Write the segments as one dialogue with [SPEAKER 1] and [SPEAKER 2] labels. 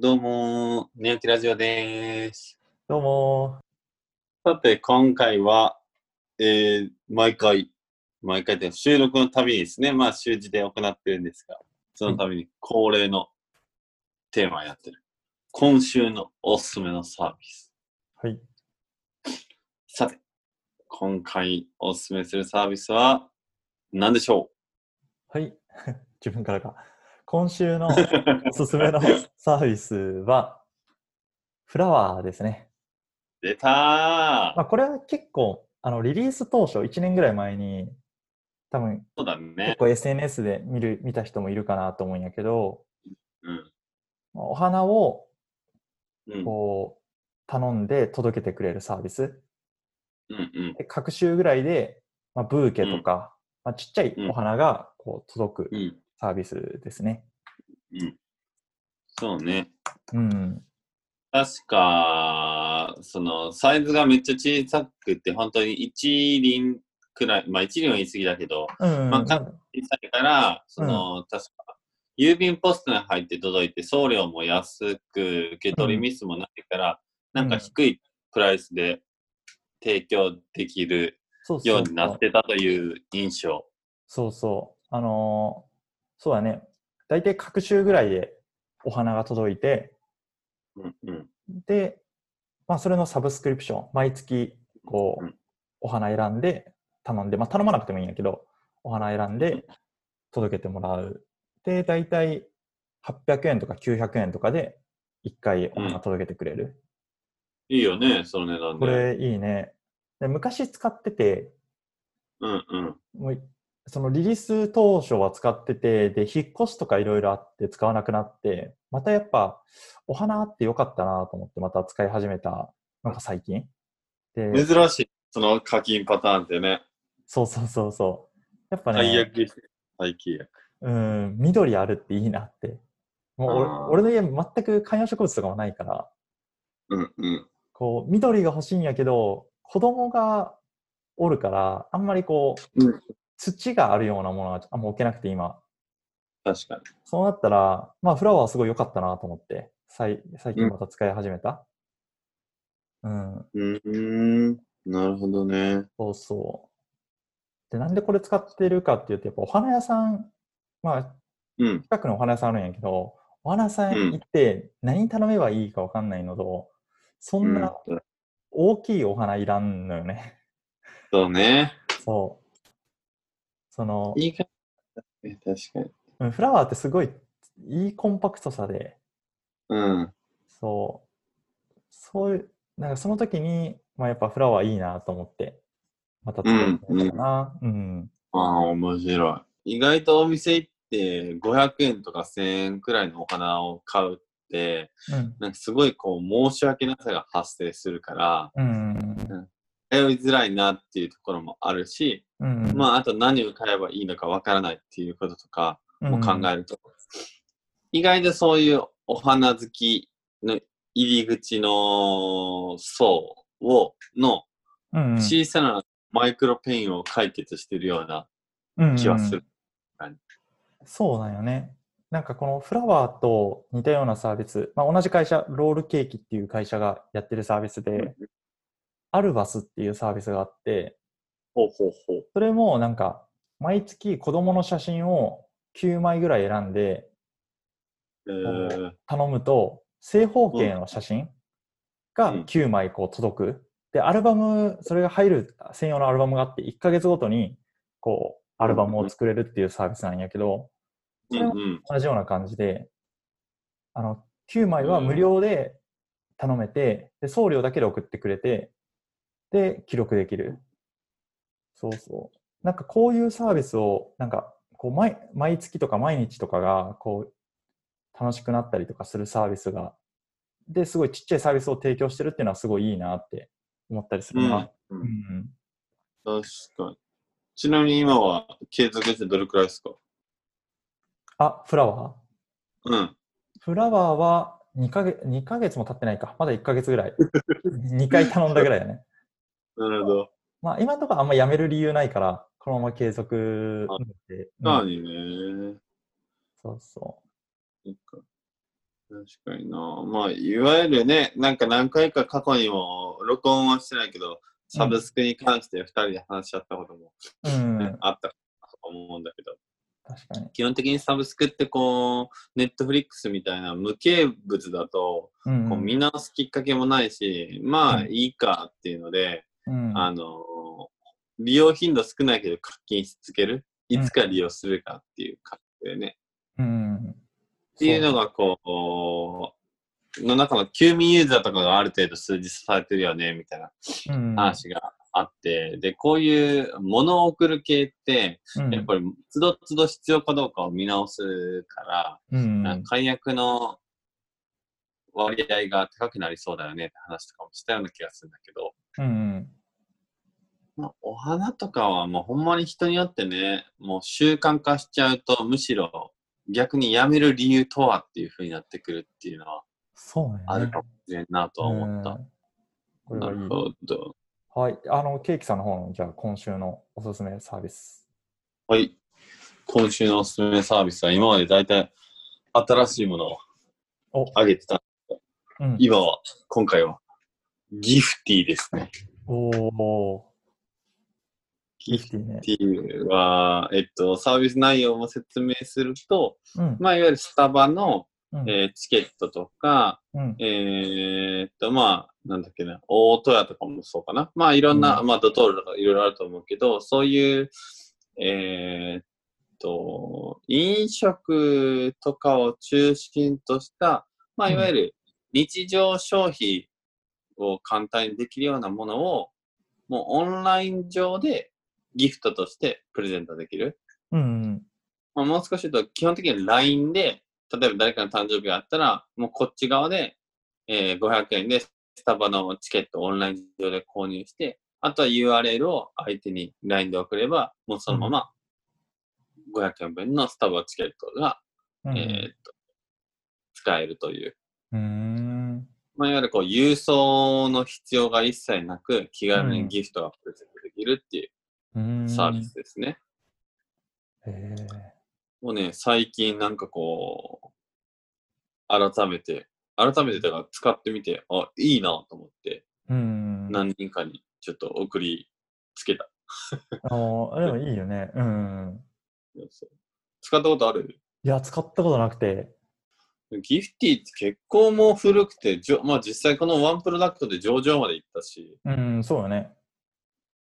[SPEAKER 1] どうも、寝起きラジオです。
[SPEAKER 2] どうも
[SPEAKER 1] さて、今回は、えー毎回、毎回というか収録のたびにですね、まあ、週次で行ってるんですが、そのたびに恒例のテーマやってる。今週のおすすめのサービス。
[SPEAKER 2] はい。
[SPEAKER 1] さて、今回おすすめするサービスは何でしょ
[SPEAKER 2] はい。 自分からか。今 週の
[SPEAKER 1] う
[SPEAKER 2] おすすめのサービスは、フラワーですね。
[SPEAKER 1] 出たー
[SPEAKER 2] まあ、これは結構、あの、リリース当初、1年ぐらい前に、多分、
[SPEAKER 1] そうだね
[SPEAKER 2] 結。構 SNS で見る、見た人もいるかなと思うんやけど、
[SPEAKER 1] うん。
[SPEAKER 2] まあお花を、
[SPEAKER 1] うん。
[SPEAKER 2] こう、頼んで届けてくれるサービス。
[SPEAKER 1] うん。うん。
[SPEAKER 2] で各週ぐらいで、まあ、ブーケとか、まあ、ちっちゃいお花が、こう、届く
[SPEAKER 1] うん。
[SPEAKER 2] サービスですね。
[SPEAKER 1] うん。そうね。
[SPEAKER 2] うん。
[SPEAKER 1] 確か、その、サイズがめっちゃ小さくて、本当に一輪くらい、まあ一輪は言い過ぎだけど、
[SPEAKER 2] うん。
[SPEAKER 1] まあか小さいから、その、確か、郵便ポストに入って届いて、送料も安く、受け取りミスもないから、な
[SPEAKER 2] うん
[SPEAKER 1] んか低いプライスで提供できる
[SPEAKER 2] そうそう
[SPEAKER 1] よ
[SPEAKER 2] そう
[SPEAKER 1] になってたという印象。
[SPEAKER 2] そうそう。あのーそうだね。大体各週ぐらいでお花が届いて、
[SPEAKER 1] うんうん。
[SPEAKER 2] で、まあ、それのサブスクリプション、毎月、こう、
[SPEAKER 1] うん
[SPEAKER 2] お花選んで、頼んで、まあ、頼まなくてもいいんやけど、お花選んで、届けてもらう。で、大体、800円とか900円とかで、1回お花届けてくれる。
[SPEAKER 1] いいよね、その値段で。
[SPEAKER 2] これ、いいね。で昔使ってて、
[SPEAKER 1] うんうん。
[SPEAKER 2] もうそのリリース当初は使ってて、で、引っ越しとかいろいろあって使わなくなって、またやっぱお花あってよかったなと思ってまた使い始めたのが最近。で、
[SPEAKER 1] 珍しい、その課金パターンってね。
[SPEAKER 2] そうそうそうそう。やっぱ
[SPEAKER 1] 最
[SPEAKER 2] ね、
[SPEAKER 1] 悪です。最悪。
[SPEAKER 2] うん、緑あるっていいなって。もう
[SPEAKER 1] あー
[SPEAKER 2] 俺俺の家全く観葉植物とかもないから、
[SPEAKER 1] うんうん。
[SPEAKER 2] こう、緑が欲しいんやけど、子供がおるから、あんまりこう、
[SPEAKER 1] うん
[SPEAKER 2] 土があるようなものはあんま置けなくて今、
[SPEAKER 1] 確かに。
[SPEAKER 2] そうなったら、まあ、フラワーすごい良かったなと思って、最最近また使い始めた。うん、
[SPEAKER 1] うーん、なるほどね。
[SPEAKER 2] そうそう。で、なんでこれ使ってるかっていうと、やっぱお花屋さん、まあ、
[SPEAKER 1] うん、
[SPEAKER 2] 近くのお花屋さんあるんやけど、お花屋さん行って何頼めばいいかわかんないのと、そんな
[SPEAKER 1] うん
[SPEAKER 2] 大きいお花いらんのよね。
[SPEAKER 1] そうね。
[SPEAKER 2] そう。その、
[SPEAKER 1] いいかえ確かに。
[SPEAKER 2] うんフラワーってすごいいいコンパクトさで、
[SPEAKER 1] うん、
[SPEAKER 2] そう。そういう、なんかその時に、まあやっぱフラワーいいなと思って、また使ってみたかな。うん。
[SPEAKER 1] ああ、面白い。意外とお店行って500円とか1000円くらいのお花を買うって、
[SPEAKER 2] うん。
[SPEAKER 1] なんかすごいこう申し訳なさが発生するから、
[SPEAKER 2] うん。
[SPEAKER 1] 通いづらいなっていうところもあるし、
[SPEAKER 2] うん。
[SPEAKER 1] まああと何を買えばいいのかわからないっていうこととか、
[SPEAKER 2] あ
[SPEAKER 1] も考えると、意外とそういうお花好きの入り口の層をの
[SPEAKER 2] うん。
[SPEAKER 1] 小さなマイクロペインを解決してるような気はす
[SPEAKER 2] うん
[SPEAKER 1] る。
[SPEAKER 2] そうなんよね。なんかこのフラワーと似たようなサービス、まあ同じ会社、ロールケーキっていう会社がやってるサービスで、アルバスっていうサービスがあって、
[SPEAKER 1] ほうほうほう。
[SPEAKER 2] それもなんか、毎月子供の写真を9枚ぐらい選んで
[SPEAKER 1] えー、
[SPEAKER 2] 頼むと正方形の写真が
[SPEAKER 1] うん
[SPEAKER 2] 9枚こう届く、でアルバムそれが入る専用のアルバムがあって1ヶ月ごとにこうアルバムを作れるっていうサービスなんやけど
[SPEAKER 1] うんうん。
[SPEAKER 2] 同じような感じであの9枚は無料で頼めてで送料だけで送ってくれてで記録できるそうそうなんかこういうサービスをなんかこう毎毎月とか毎日とかがこう楽しくなったりとかするサービスがですごいちっちゃいサービスを提供してるっていうのはすごいいいなって思ったりするな、
[SPEAKER 1] う
[SPEAKER 2] うんんうん
[SPEAKER 1] 確かに。ちなみに今は継続してどれくらいですか
[SPEAKER 2] あフラワー
[SPEAKER 1] うん。
[SPEAKER 2] フラワーは2ヶ月 ,2 ヶ月も経ってないかまだ1ヶ月ぐらい2回頼んだぐらい だね
[SPEAKER 1] なるほど。
[SPEAKER 2] まあ今のところあんま辞める理由ないからこのまま継続
[SPEAKER 1] あ
[SPEAKER 2] で、うん
[SPEAKER 1] なにね。
[SPEAKER 2] そうそ
[SPEAKER 1] そっか確かにな。まあ、いわゆるね、なんか何回か過去にも録音はしてないけど、サブスクに関して2人で話し合ったことも、
[SPEAKER 2] うん、
[SPEAKER 1] ねあったと思うんだけど、
[SPEAKER 2] 確かに。
[SPEAKER 1] 基本的にサブスクってこう、ネットフリックスみたいな無形物だと、
[SPEAKER 2] うん
[SPEAKER 1] こう見直すきっかけもないし、まあ
[SPEAKER 2] うん
[SPEAKER 1] いいかっていうので、
[SPEAKER 2] うん、
[SPEAKER 1] あのー、利用頻度少ないけど課金し続ける。いつか利用するかっていう感じでね。
[SPEAKER 2] うん、っ
[SPEAKER 1] っていうのがこう、の中の休眠ユーザーとかがある程度数字されてるよね、みたいな
[SPEAKER 2] うん、
[SPEAKER 1] 話があって、で、こういう物を送る系って、
[SPEAKER 2] うん、
[SPEAKER 1] やっぱりつどつど必要かどうかを見直すから、
[SPEAKER 2] り、うん、
[SPEAKER 1] なんか解約の割合が高くなりそうだよねって話とかもしたような気がするんだけど、
[SPEAKER 2] うん、
[SPEAKER 1] まあ、お花とかはもうほんまに人によってね、もう習慣化しちゃうと、むしろ逆にやめる理由とはっていう風になってくるっていうのは、
[SPEAKER 2] そうね。
[SPEAKER 1] あるかもしれんなとは思った。
[SPEAKER 2] うんこれ
[SPEAKER 1] な
[SPEAKER 2] はいい
[SPEAKER 1] る。ほど。
[SPEAKER 2] はい。あの、ケーキさんの方の、じゃあ、今週のおすすめサービス。
[SPEAKER 1] はい。今週のおすすめサービスは今まで大体新しいものを
[SPEAKER 2] お、
[SPEAKER 1] あげてた。
[SPEAKER 2] うん、
[SPEAKER 1] 今は、今回はギフティーですね。
[SPEAKER 2] おー、ギ
[SPEAKER 1] ギフ
[SPEAKER 2] フティーね。
[SPEAKER 1] ティーは、えっと、サービス内容も説明すると、
[SPEAKER 2] うん、
[SPEAKER 1] まあ、いわゆるスタバの、
[SPEAKER 2] うん、
[SPEAKER 1] えーチケットとか、
[SPEAKER 2] うん、
[SPEAKER 1] えーっと、まあ、なんだっけな、大戸屋とかもそうかな。まあ、いろんな、
[SPEAKER 2] う
[SPEAKER 1] まあ、ドトールとかいろいろあると思うけど、そういう、えーっと、飲食とかを中心とした、まあ、
[SPEAKER 2] うん
[SPEAKER 1] いわゆる日常消費を簡単にできるようなものを、もうオンライン上でギフトとしてプレゼントできる。
[SPEAKER 2] うん、
[SPEAKER 1] まあ、もう少し言うと、基本的に LINE で、例えば誰かの誕生日があったら、もうこっち側で、えー500円でスタバのチケットをオンライン上で購入して、あとは URL を相手に LINE で送れば、もうそのまま500円分のスタバチケットが、
[SPEAKER 2] うん、
[SPEAKER 1] えーっと、使えるという。
[SPEAKER 2] うーん、
[SPEAKER 1] まあ、いわゆるこう、郵送の必要が一切なく、気軽
[SPEAKER 2] うん
[SPEAKER 1] にギフトがプレゼントできるっていう
[SPEAKER 2] うーん。
[SPEAKER 1] サービス。ですね。
[SPEAKER 2] えー、
[SPEAKER 1] もうね、最近なんかこう、改めて、改めてだから使ってみて、あ、いいなと思って、
[SPEAKER 2] うん。
[SPEAKER 1] 何人かにちょっと送りつけた。
[SPEAKER 2] あのでもいいよね。うん。
[SPEAKER 1] そう使ったことある
[SPEAKER 2] いや、使ったことなくて。
[SPEAKER 1] ギフティーって結構もう古くて、じょまあ実際このワンプロダクトで上場まで行ったし、
[SPEAKER 2] うん、そうよね。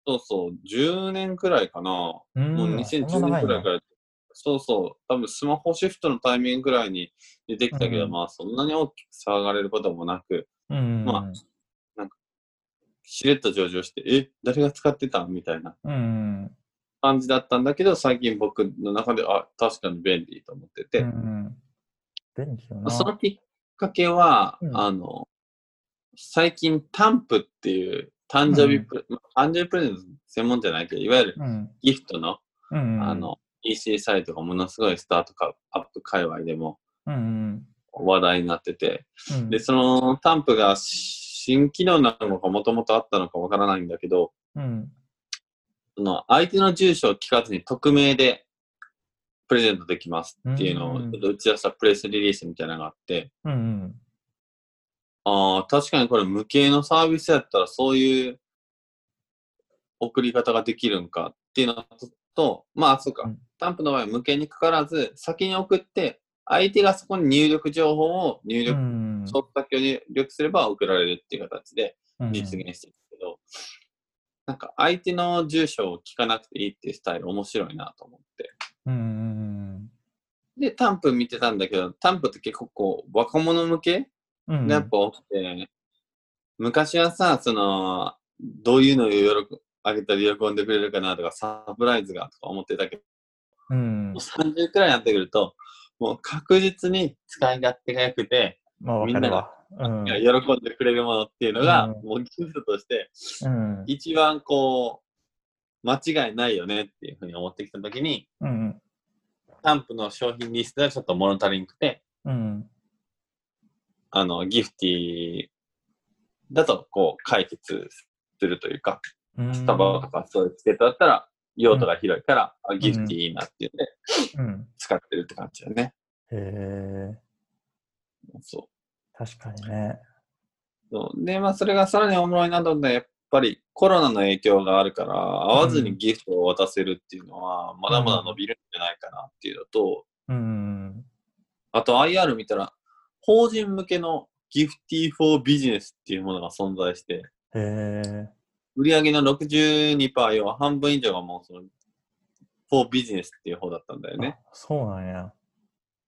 [SPEAKER 1] そうそう、10年くらいかな。も
[SPEAKER 2] うん。。
[SPEAKER 1] う2010年くらいからら、そうそう、多分スマホシフトのタイミングくらいに出てきたけど、
[SPEAKER 2] うん
[SPEAKER 1] まあそんなに大きく騒がれることもなく、
[SPEAKER 2] うん。
[SPEAKER 1] ましれっと上場して、え、誰が使ってたみたいな
[SPEAKER 2] うん。
[SPEAKER 1] 感じだったんだけど、最近僕の中で、あ、確かに便利と思ってて、
[SPEAKER 2] うんうん、便利よな。
[SPEAKER 1] そのきっかけは、
[SPEAKER 2] うん
[SPEAKER 1] あの、最近タンプっていう誕生日プレ、まあ誕生日プレゼント専門じゃないけど、いわゆる
[SPEAKER 2] うん。
[SPEAKER 1] ギフトの、
[SPEAKER 2] うん。
[SPEAKER 1] あ、の、EC サイトがものすごいスタートかアップ界隈でも
[SPEAKER 2] うん
[SPEAKER 1] 話題になってて、
[SPEAKER 2] うん。
[SPEAKER 1] で、そのタンプが新機能なのかもともとあったのかわからないんだけど、
[SPEAKER 2] うん。
[SPEAKER 1] その相手の住所を聞かずに匿名でプレゼントできますっていうのを
[SPEAKER 2] う
[SPEAKER 1] ち
[SPEAKER 2] ん
[SPEAKER 1] ょっと打ち出したプレスリリースみたいなのがあって、
[SPEAKER 2] うん。うん。
[SPEAKER 1] ああ、確かにこれ無形のサービスやったらそういう送り方ができるんかっていうのと、まあそう
[SPEAKER 2] う
[SPEAKER 1] か
[SPEAKER 2] ん、
[SPEAKER 1] タンプの場合は無形にかからず先に送って相手がそこに入力情報を入
[SPEAKER 2] う
[SPEAKER 1] 力、
[SPEAKER 2] ん
[SPEAKER 1] そっ先を入力すれば送られるっていう形で
[SPEAKER 2] うん
[SPEAKER 1] 実現してるけど、なんか相手の住所を聞かなくていいっていうスタイル面白いなと思って。
[SPEAKER 2] うん。
[SPEAKER 1] で、タンプ見てたんだけど、タンプって結構こう、若者向け
[SPEAKER 2] うん。
[SPEAKER 1] がやっぱ多くて、昔はさ、その、どういうのを喜あげたら喜んでくれるかなとか、サプライズがとか思ってたけど、
[SPEAKER 2] う
[SPEAKER 1] も
[SPEAKER 2] ん
[SPEAKER 1] う。30くらいになってくると、もう確実に使い勝手が良くて、
[SPEAKER 2] まあ、わかるわ。うん。
[SPEAKER 1] 喜んでくれるものっていうのが、
[SPEAKER 2] うん
[SPEAKER 1] もう技術として
[SPEAKER 2] うん。
[SPEAKER 1] 一番こう、間違いないよねっていうふうに思ってきたときに、
[SPEAKER 2] うん。
[SPEAKER 1] タンプの商品リストはちょっと物足りんくて、
[SPEAKER 2] うん。
[SPEAKER 1] あの、ギフティーだとこう解決するというか、
[SPEAKER 2] うん。
[SPEAKER 1] スタバとかそういうチケットだったら用途が広いから、あギフティーいいなっていうので
[SPEAKER 2] うん。
[SPEAKER 1] 使ってるって感じだよね。
[SPEAKER 2] へえ。
[SPEAKER 1] そう。
[SPEAKER 2] 確かにね。
[SPEAKER 1] そうで、まあ、それがさらにおもろいなと思ったのはやっぱりコロナの影響があるから、会わずにギフトを渡せるっていうのは、まだまだ伸びるんじゃないかなっていうのと、
[SPEAKER 2] うんうん
[SPEAKER 1] あと IR 見たら、法人向けのギフティフォービジネスっていうものが存在して、
[SPEAKER 2] うん。へえ。売
[SPEAKER 1] 売り上げの62%、要は半分以上がもうその、フォービジネスっていう方だったんだよね。
[SPEAKER 2] そうなんや。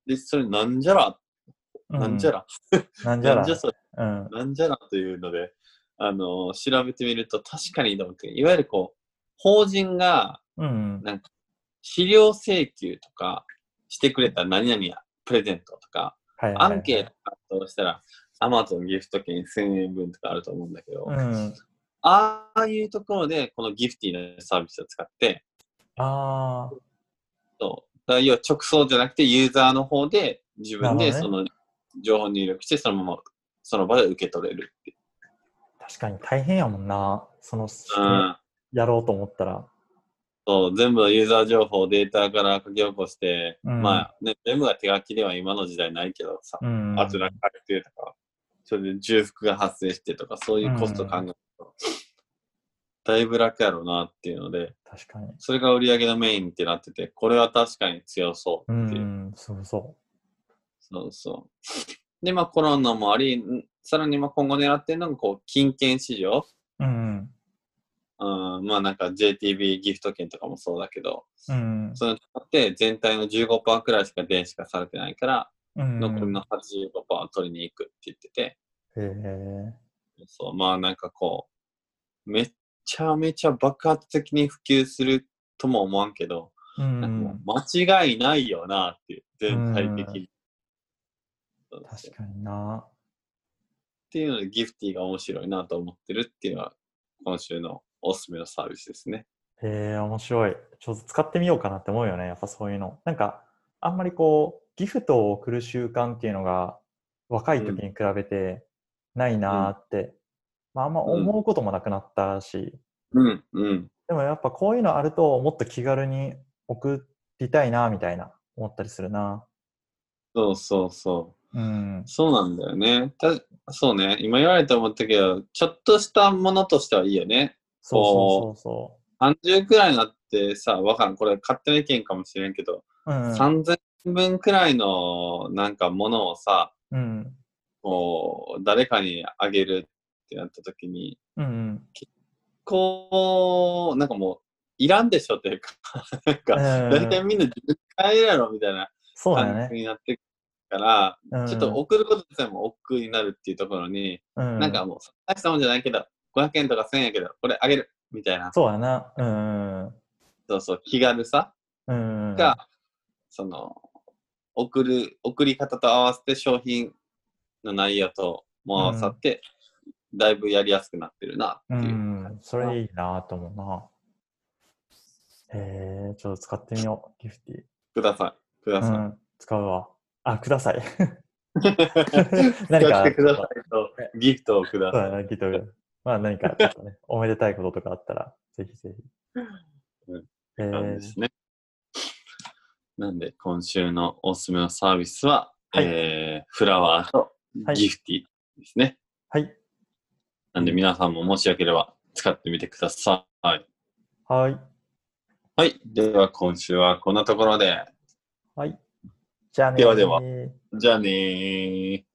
[SPEAKER 1] で、それなんじゃら、
[SPEAKER 2] う
[SPEAKER 1] なんじゃ。ら、
[SPEAKER 2] なんじ
[SPEAKER 1] な
[SPEAKER 2] ゃ
[SPEAKER 1] ん
[SPEAKER 2] ら
[SPEAKER 1] じ。ゃそれ
[SPEAKER 2] うん。
[SPEAKER 1] なんじゃらというので、あの調べてみると確かにと思って、いわゆるこう、法人が
[SPEAKER 2] うん。
[SPEAKER 1] 資料請求とかしてくれた何々やプレゼントとか、
[SPEAKER 2] はいはい
[SPEAKER 1] アンケート活動したら、アマゾンギフト券1000円分とかあると思うんだけど、
[SPEAKER 2] うん。
[SPEAKER 1] ああいうところで、このギフティなサービスを使って、
[SPEAKER 2] ああ。
[SPEAKER 1] そうだから要は直送じゃなくて、ユーザーの方で自分で
[SPEAKER 2] なる
[SPEAKER 1] そ
[SPEAKER 2] ほ
[SPEAKER 1] の情報入力して、そのままその場で受け取れるっていう。
[SPEAKER 2] 確かに大変やもんな。その、
[SPEAKER 1] うん
[SPEAKER 2] やろうと思ったら。
[SPEAKER 1] そう、全部のユーザー情報をデータから書き起こして、
[SPEAKER 2] うん
[SPEAKER 1] まあ、ね、全部が手書きでは今の時代ないけどさ、
[SPEAKER 2] うん。
[SPEAKER 1] あとなんか書いてとか、それで重複が発生してとか、そういうコスト考えると、だいぶ楽やろうなっていうので、
[SPEAKER 2] 確かに。
[SPEAKER 1] それが売り上げのメインってなってて、これは確かに強そう
[SPEAKER 2] う
[SPEAKER 1] っていう。
[SPEAKER 2] ん。そうそ
[SPEAKER 1] そうそう。で、まあコロナもあり、んさらにまあ今後狙ってるのが、こう、金券市場。
[SPEAKER 2] う。うん。
[SPEAKER 1] うん、まあなんか JTB ギフト券とかもそうだけど、
[SPEAKER 2] うん。
[SPEAKER 1] それにとって全体の15%くらいしか電子化されてないから、
[SPEAKER 2] うん。
[SPEAKER 1] 残りの85%を取りに行くって言ってて、
[SPEAKER 2] へえ。
[SPEAKER 1] そう、まあなんかこう、めちゃめちゃ爆発的に普及するとも思わんけど、
[SPEAKER 2] う
[SPEAKER 1] なんかも
[SPEAKER 2] ん。
[SPEAKER 1] う間違いないよなっていう、全体的に。そうそう
[SPEAKER 2] 確かにな。
[SPEAKER 1] っていうので、ギフティが面白いなと思ってるっていうのは、今週のおすすめのサービスですね。
[SPEAKER 2] へえ、面白い。ちょっと使ってみようかなって思うよね。やっぱそういうの。なんか、あんまりこう、ギフトを贈る習慣っていうのが、若い時に比べてないなーって、まあ、あんま思うこともなくなったし、
[SPEAKER 1] うん、うん、
[SPEAKER 2] でもやっぱこういうのあると、もっと気軽に送りたいな、みたいな、思ったりするな。
[SPEAKER 1] そうそうそう。
[SPEAKER 2] うん。
[SPEAKER 1] そうなんだよね。たそうね。今言われて思ったけど、ちょっとしたものとしてはいいよね。
[SPEAKER 2] そうそうそうそ
[SPEAKER 1] 30くらいになってさ、わからん。これ勝手な意見かもしれんけど、
[SPEAKER 2] う。うん。
[SPEAKER 1] 3000分くらいのなんかものをさ、
[SPEAKER 2] うん。
[SPEAKER 1] こう、誰かにあげるってなった時に、
[SPEAKER 2] うんうん。
[SPEAKER 1] こう、なんかもう、いらんでしょというか、なんか、大体
[SPEAKER 2] うん
[SPEAKER 1] みんな自分で買えるやろみたいな
[SPEAKER 2] そうだよ
[SPEAKER 1] 感じ
[SPEAKER 2] ね。
[SPEAKER 1] になってくるから、
[SPEAKER 2] うん
[SPEAKER 1] ちょっと送ること自体も億劫になるっていうところに、
[SPEAKER 2] うん、
[SPEAKER 1] なんかもう、大したもんじゃないけど、500円とか1000円やけど、これあげるみたいな、
[SPEAKER 2] そうだな。うんうん
[SPEAKER 1] そうそう、気軽さ
[SPEAKER 2] うん。うん。
[SPEAKER 1] が、その、送る、送り方と合わせて商品の内容とも合わさって、だいぶやりやすくなってるな
[SPEAKER 2] う
[SPEAKER 1] っていう。
[SPEAKER 2] ん、それいいなと思うな。えー、ちょっと使ってみよう、ギフティ。
[SPEAKER 1] ください。くだ
[SPEAKER 2] う
[SPEAKER 1] さ
[SPEAKER 2] ん、使うわ。あ、くださ い。
[SPEAKER 1] い。使っ
[SPEAKER 2] 何かあ
[SPEAKER 1] て
[SPEAKER 2] る
[SPEAKER 1] くださいと、 ギフトをくだ
[SPEAKER 2] そう
[SPEAKER 1] さ
[SPEAKER 2] だ
[SPEAKER 1] い。
[SPEAKER 2] な、きっと。まあ何かちょっ とね、おめでたいこととかあったら、ぜひぜひ。
[SPEAKER 1] うん
[SPEAKER 2] え
[SPEAKER 1] なん
[SPEAKER 2] ー
[SPEAKER 1] ですね。なんで、今週のおすすめのサービスは、
[SPEAKER 2] はい
[SPEAKER 1] えーフラワーと
[SPEAKER 2] はい
[SPEAKER 1] ギフティですね。
[SPEAKER 2] はい。
[SPEAKER 1] なんで皆さんももしよければ使ってみてください。
[SPEAKER 2] はい。
[SPEAKER 1] はい。では今週はこんなところで。
[SPEAKER 2] はい。じゃあねー
[SPEAKER 1] ではではじゃあねー。